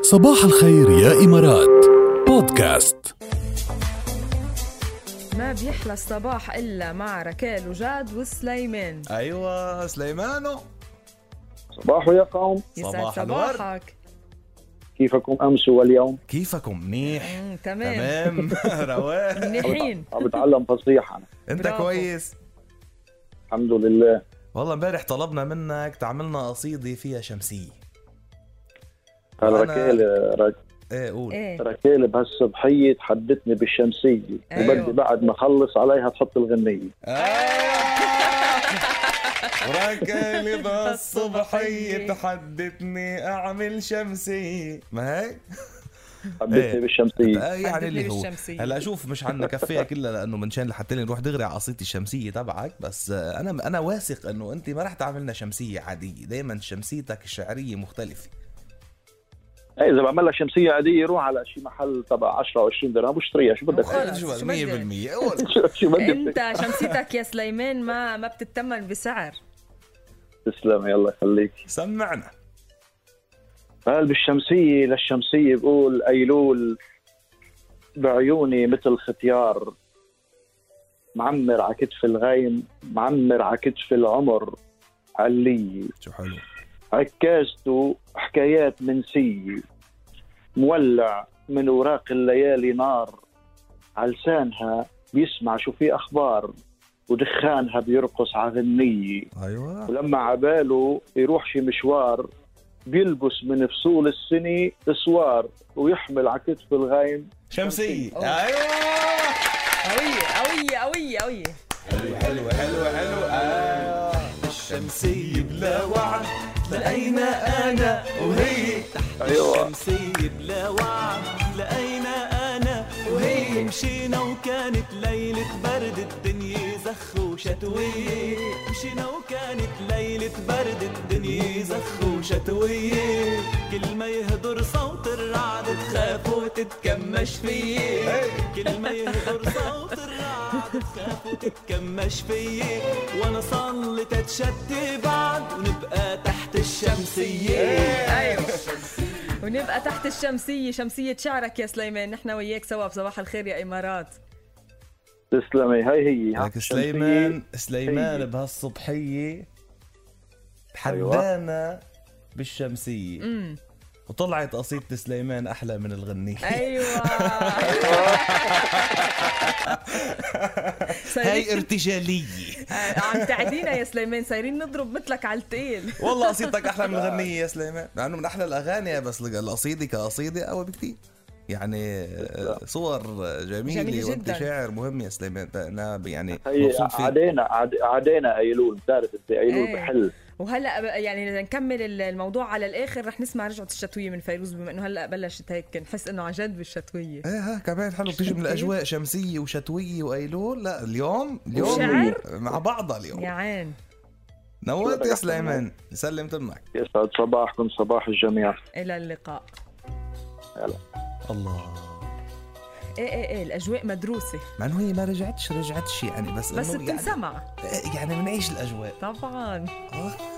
صباح الخير يا إمارات بودكاست ما بيحلى الصباح الا مع ركال وجاد وسليمان ايوه سليمانو صباح يا قوم يسعد صباح الورد. صباحك كيفكم امس واليوم؟ كيفكم منيح مم، تمام تمام روان منيحين عم بتعلم فصيح انا انت برافو. كويس الحمد لله والله امبارح طلبنا منك تعملنا قصيده فيها شمسيه وأنا- ركال رك- ايه قول ايه ركال بهالصبحيه تحدتني بالشمسيه أيوة. وبدي بعد ما اخلص عليها تحط الغنيه آه. ركالب الصبحية تحدتني أعمل شمسية ما هي؟ حدتني إيه. بالشمسيه آه، يعني اللي حددني هو بالشمسية. هلا شوف مش عندنا كفايه كلها لانه منشان لحتى نروح دغري على قصيدتي الشمسيه تبعك بس آه، انا انا واثق انه انت ما رح تعملنا شمسيه عاديه دائما شمسيتك الشعريه مختلفه إيه، اذا بعملها شمسيه عاديه روح على شي محل تبع 10 او 20 درهم واشتريها شو بدك خلص، شو شو 100% قول شو- شو بدك انت شمسيتك يا سليمان ما ما بتتمن بسعر تسلم يلا يخليك سمعنا قال بالشمسية للشمسية بقول أيلول بعيوني مثل ختيار معمر على كتف الغيم معمر على كتف العمر علية شو حلو عكازته حكايات منسية مولع من أوراق الليالي نار على لسانها بيسمع شو في أخبار ودخانها بيرقص على غنية ايوه ولما عباله يروح شي مشوار بيلبس من فصول السنة سوار ويحمل على كتف الغيم شمسيه أوه. ايوه قوية قوية قوية قوية حلوة حلوة حلوة آه. الشمسية بلا وعد لقينا أنا وهي ايوه شمسية بلا وعد لقينا أنا وهي مشينا وكانت ليلة برد الدنيا زخ وشتوية مشينا وكانت ليلة برد الدنيا زخ وشتوية كل ما يهدر صوت الرعد تخاف وتتكمش فيي كل ما يهدر صوت الرعد تخاف وتتكمش فيي وانا صلي تتشتي بعد ونبقى تحت الشمسية ايوه ونبقى تحت الشمسية شمسية شعرك يا سليمان نحن وياك سوا بصباح الخير يا إمارات تسلمي هاي هي لك الشمسية. سليمان سليمان هي. بهالصبحية تحدانا بالشمسية امم وطلعت قصيدة سليمان أحلى من الغنية ايوه هاي سايرين آه، ارتجالية عم تعدينا يا سليمان سايرين نضرب مثلك على التقيل والله قصيدتك أحلى من الغنية يا سليمان مع إنه من أحلى الأغاني بس القصيدة كقصيدة أقوى بكتير يعني آه، صور جميلة, جميلة وانت جداً. شاعر مهم يا سليمان أنا يعني هي مبسوط فيك عدينا عد- عدينا ايلول بتعرف انت ايلول إيه. بحل وهلا بقى يعني اذا نكمل ال- الموضوع على الاخر رح نسمع رجعه الشتويه من فيروز بما انه هلا بلشت هيك نحس انه عن جد بالشتويه ايه ها كمان حلو بتيجي من الاجواء شمسيه وشتويه وايلول لا اليوم اليوم شعر؟ مع بعضها اليوم يا عين نورت يا سليمان سلم تمك يسعد صباحكم صباح الجميع الى اللقاء يلا الله ايه ايه ايه الاجواء مدروسه مع انه هي ما رجعتش رجعتش يعني بس بس إنه يعني بتنسمع إيه، يعني بنعيش الاجواء طبعا آه.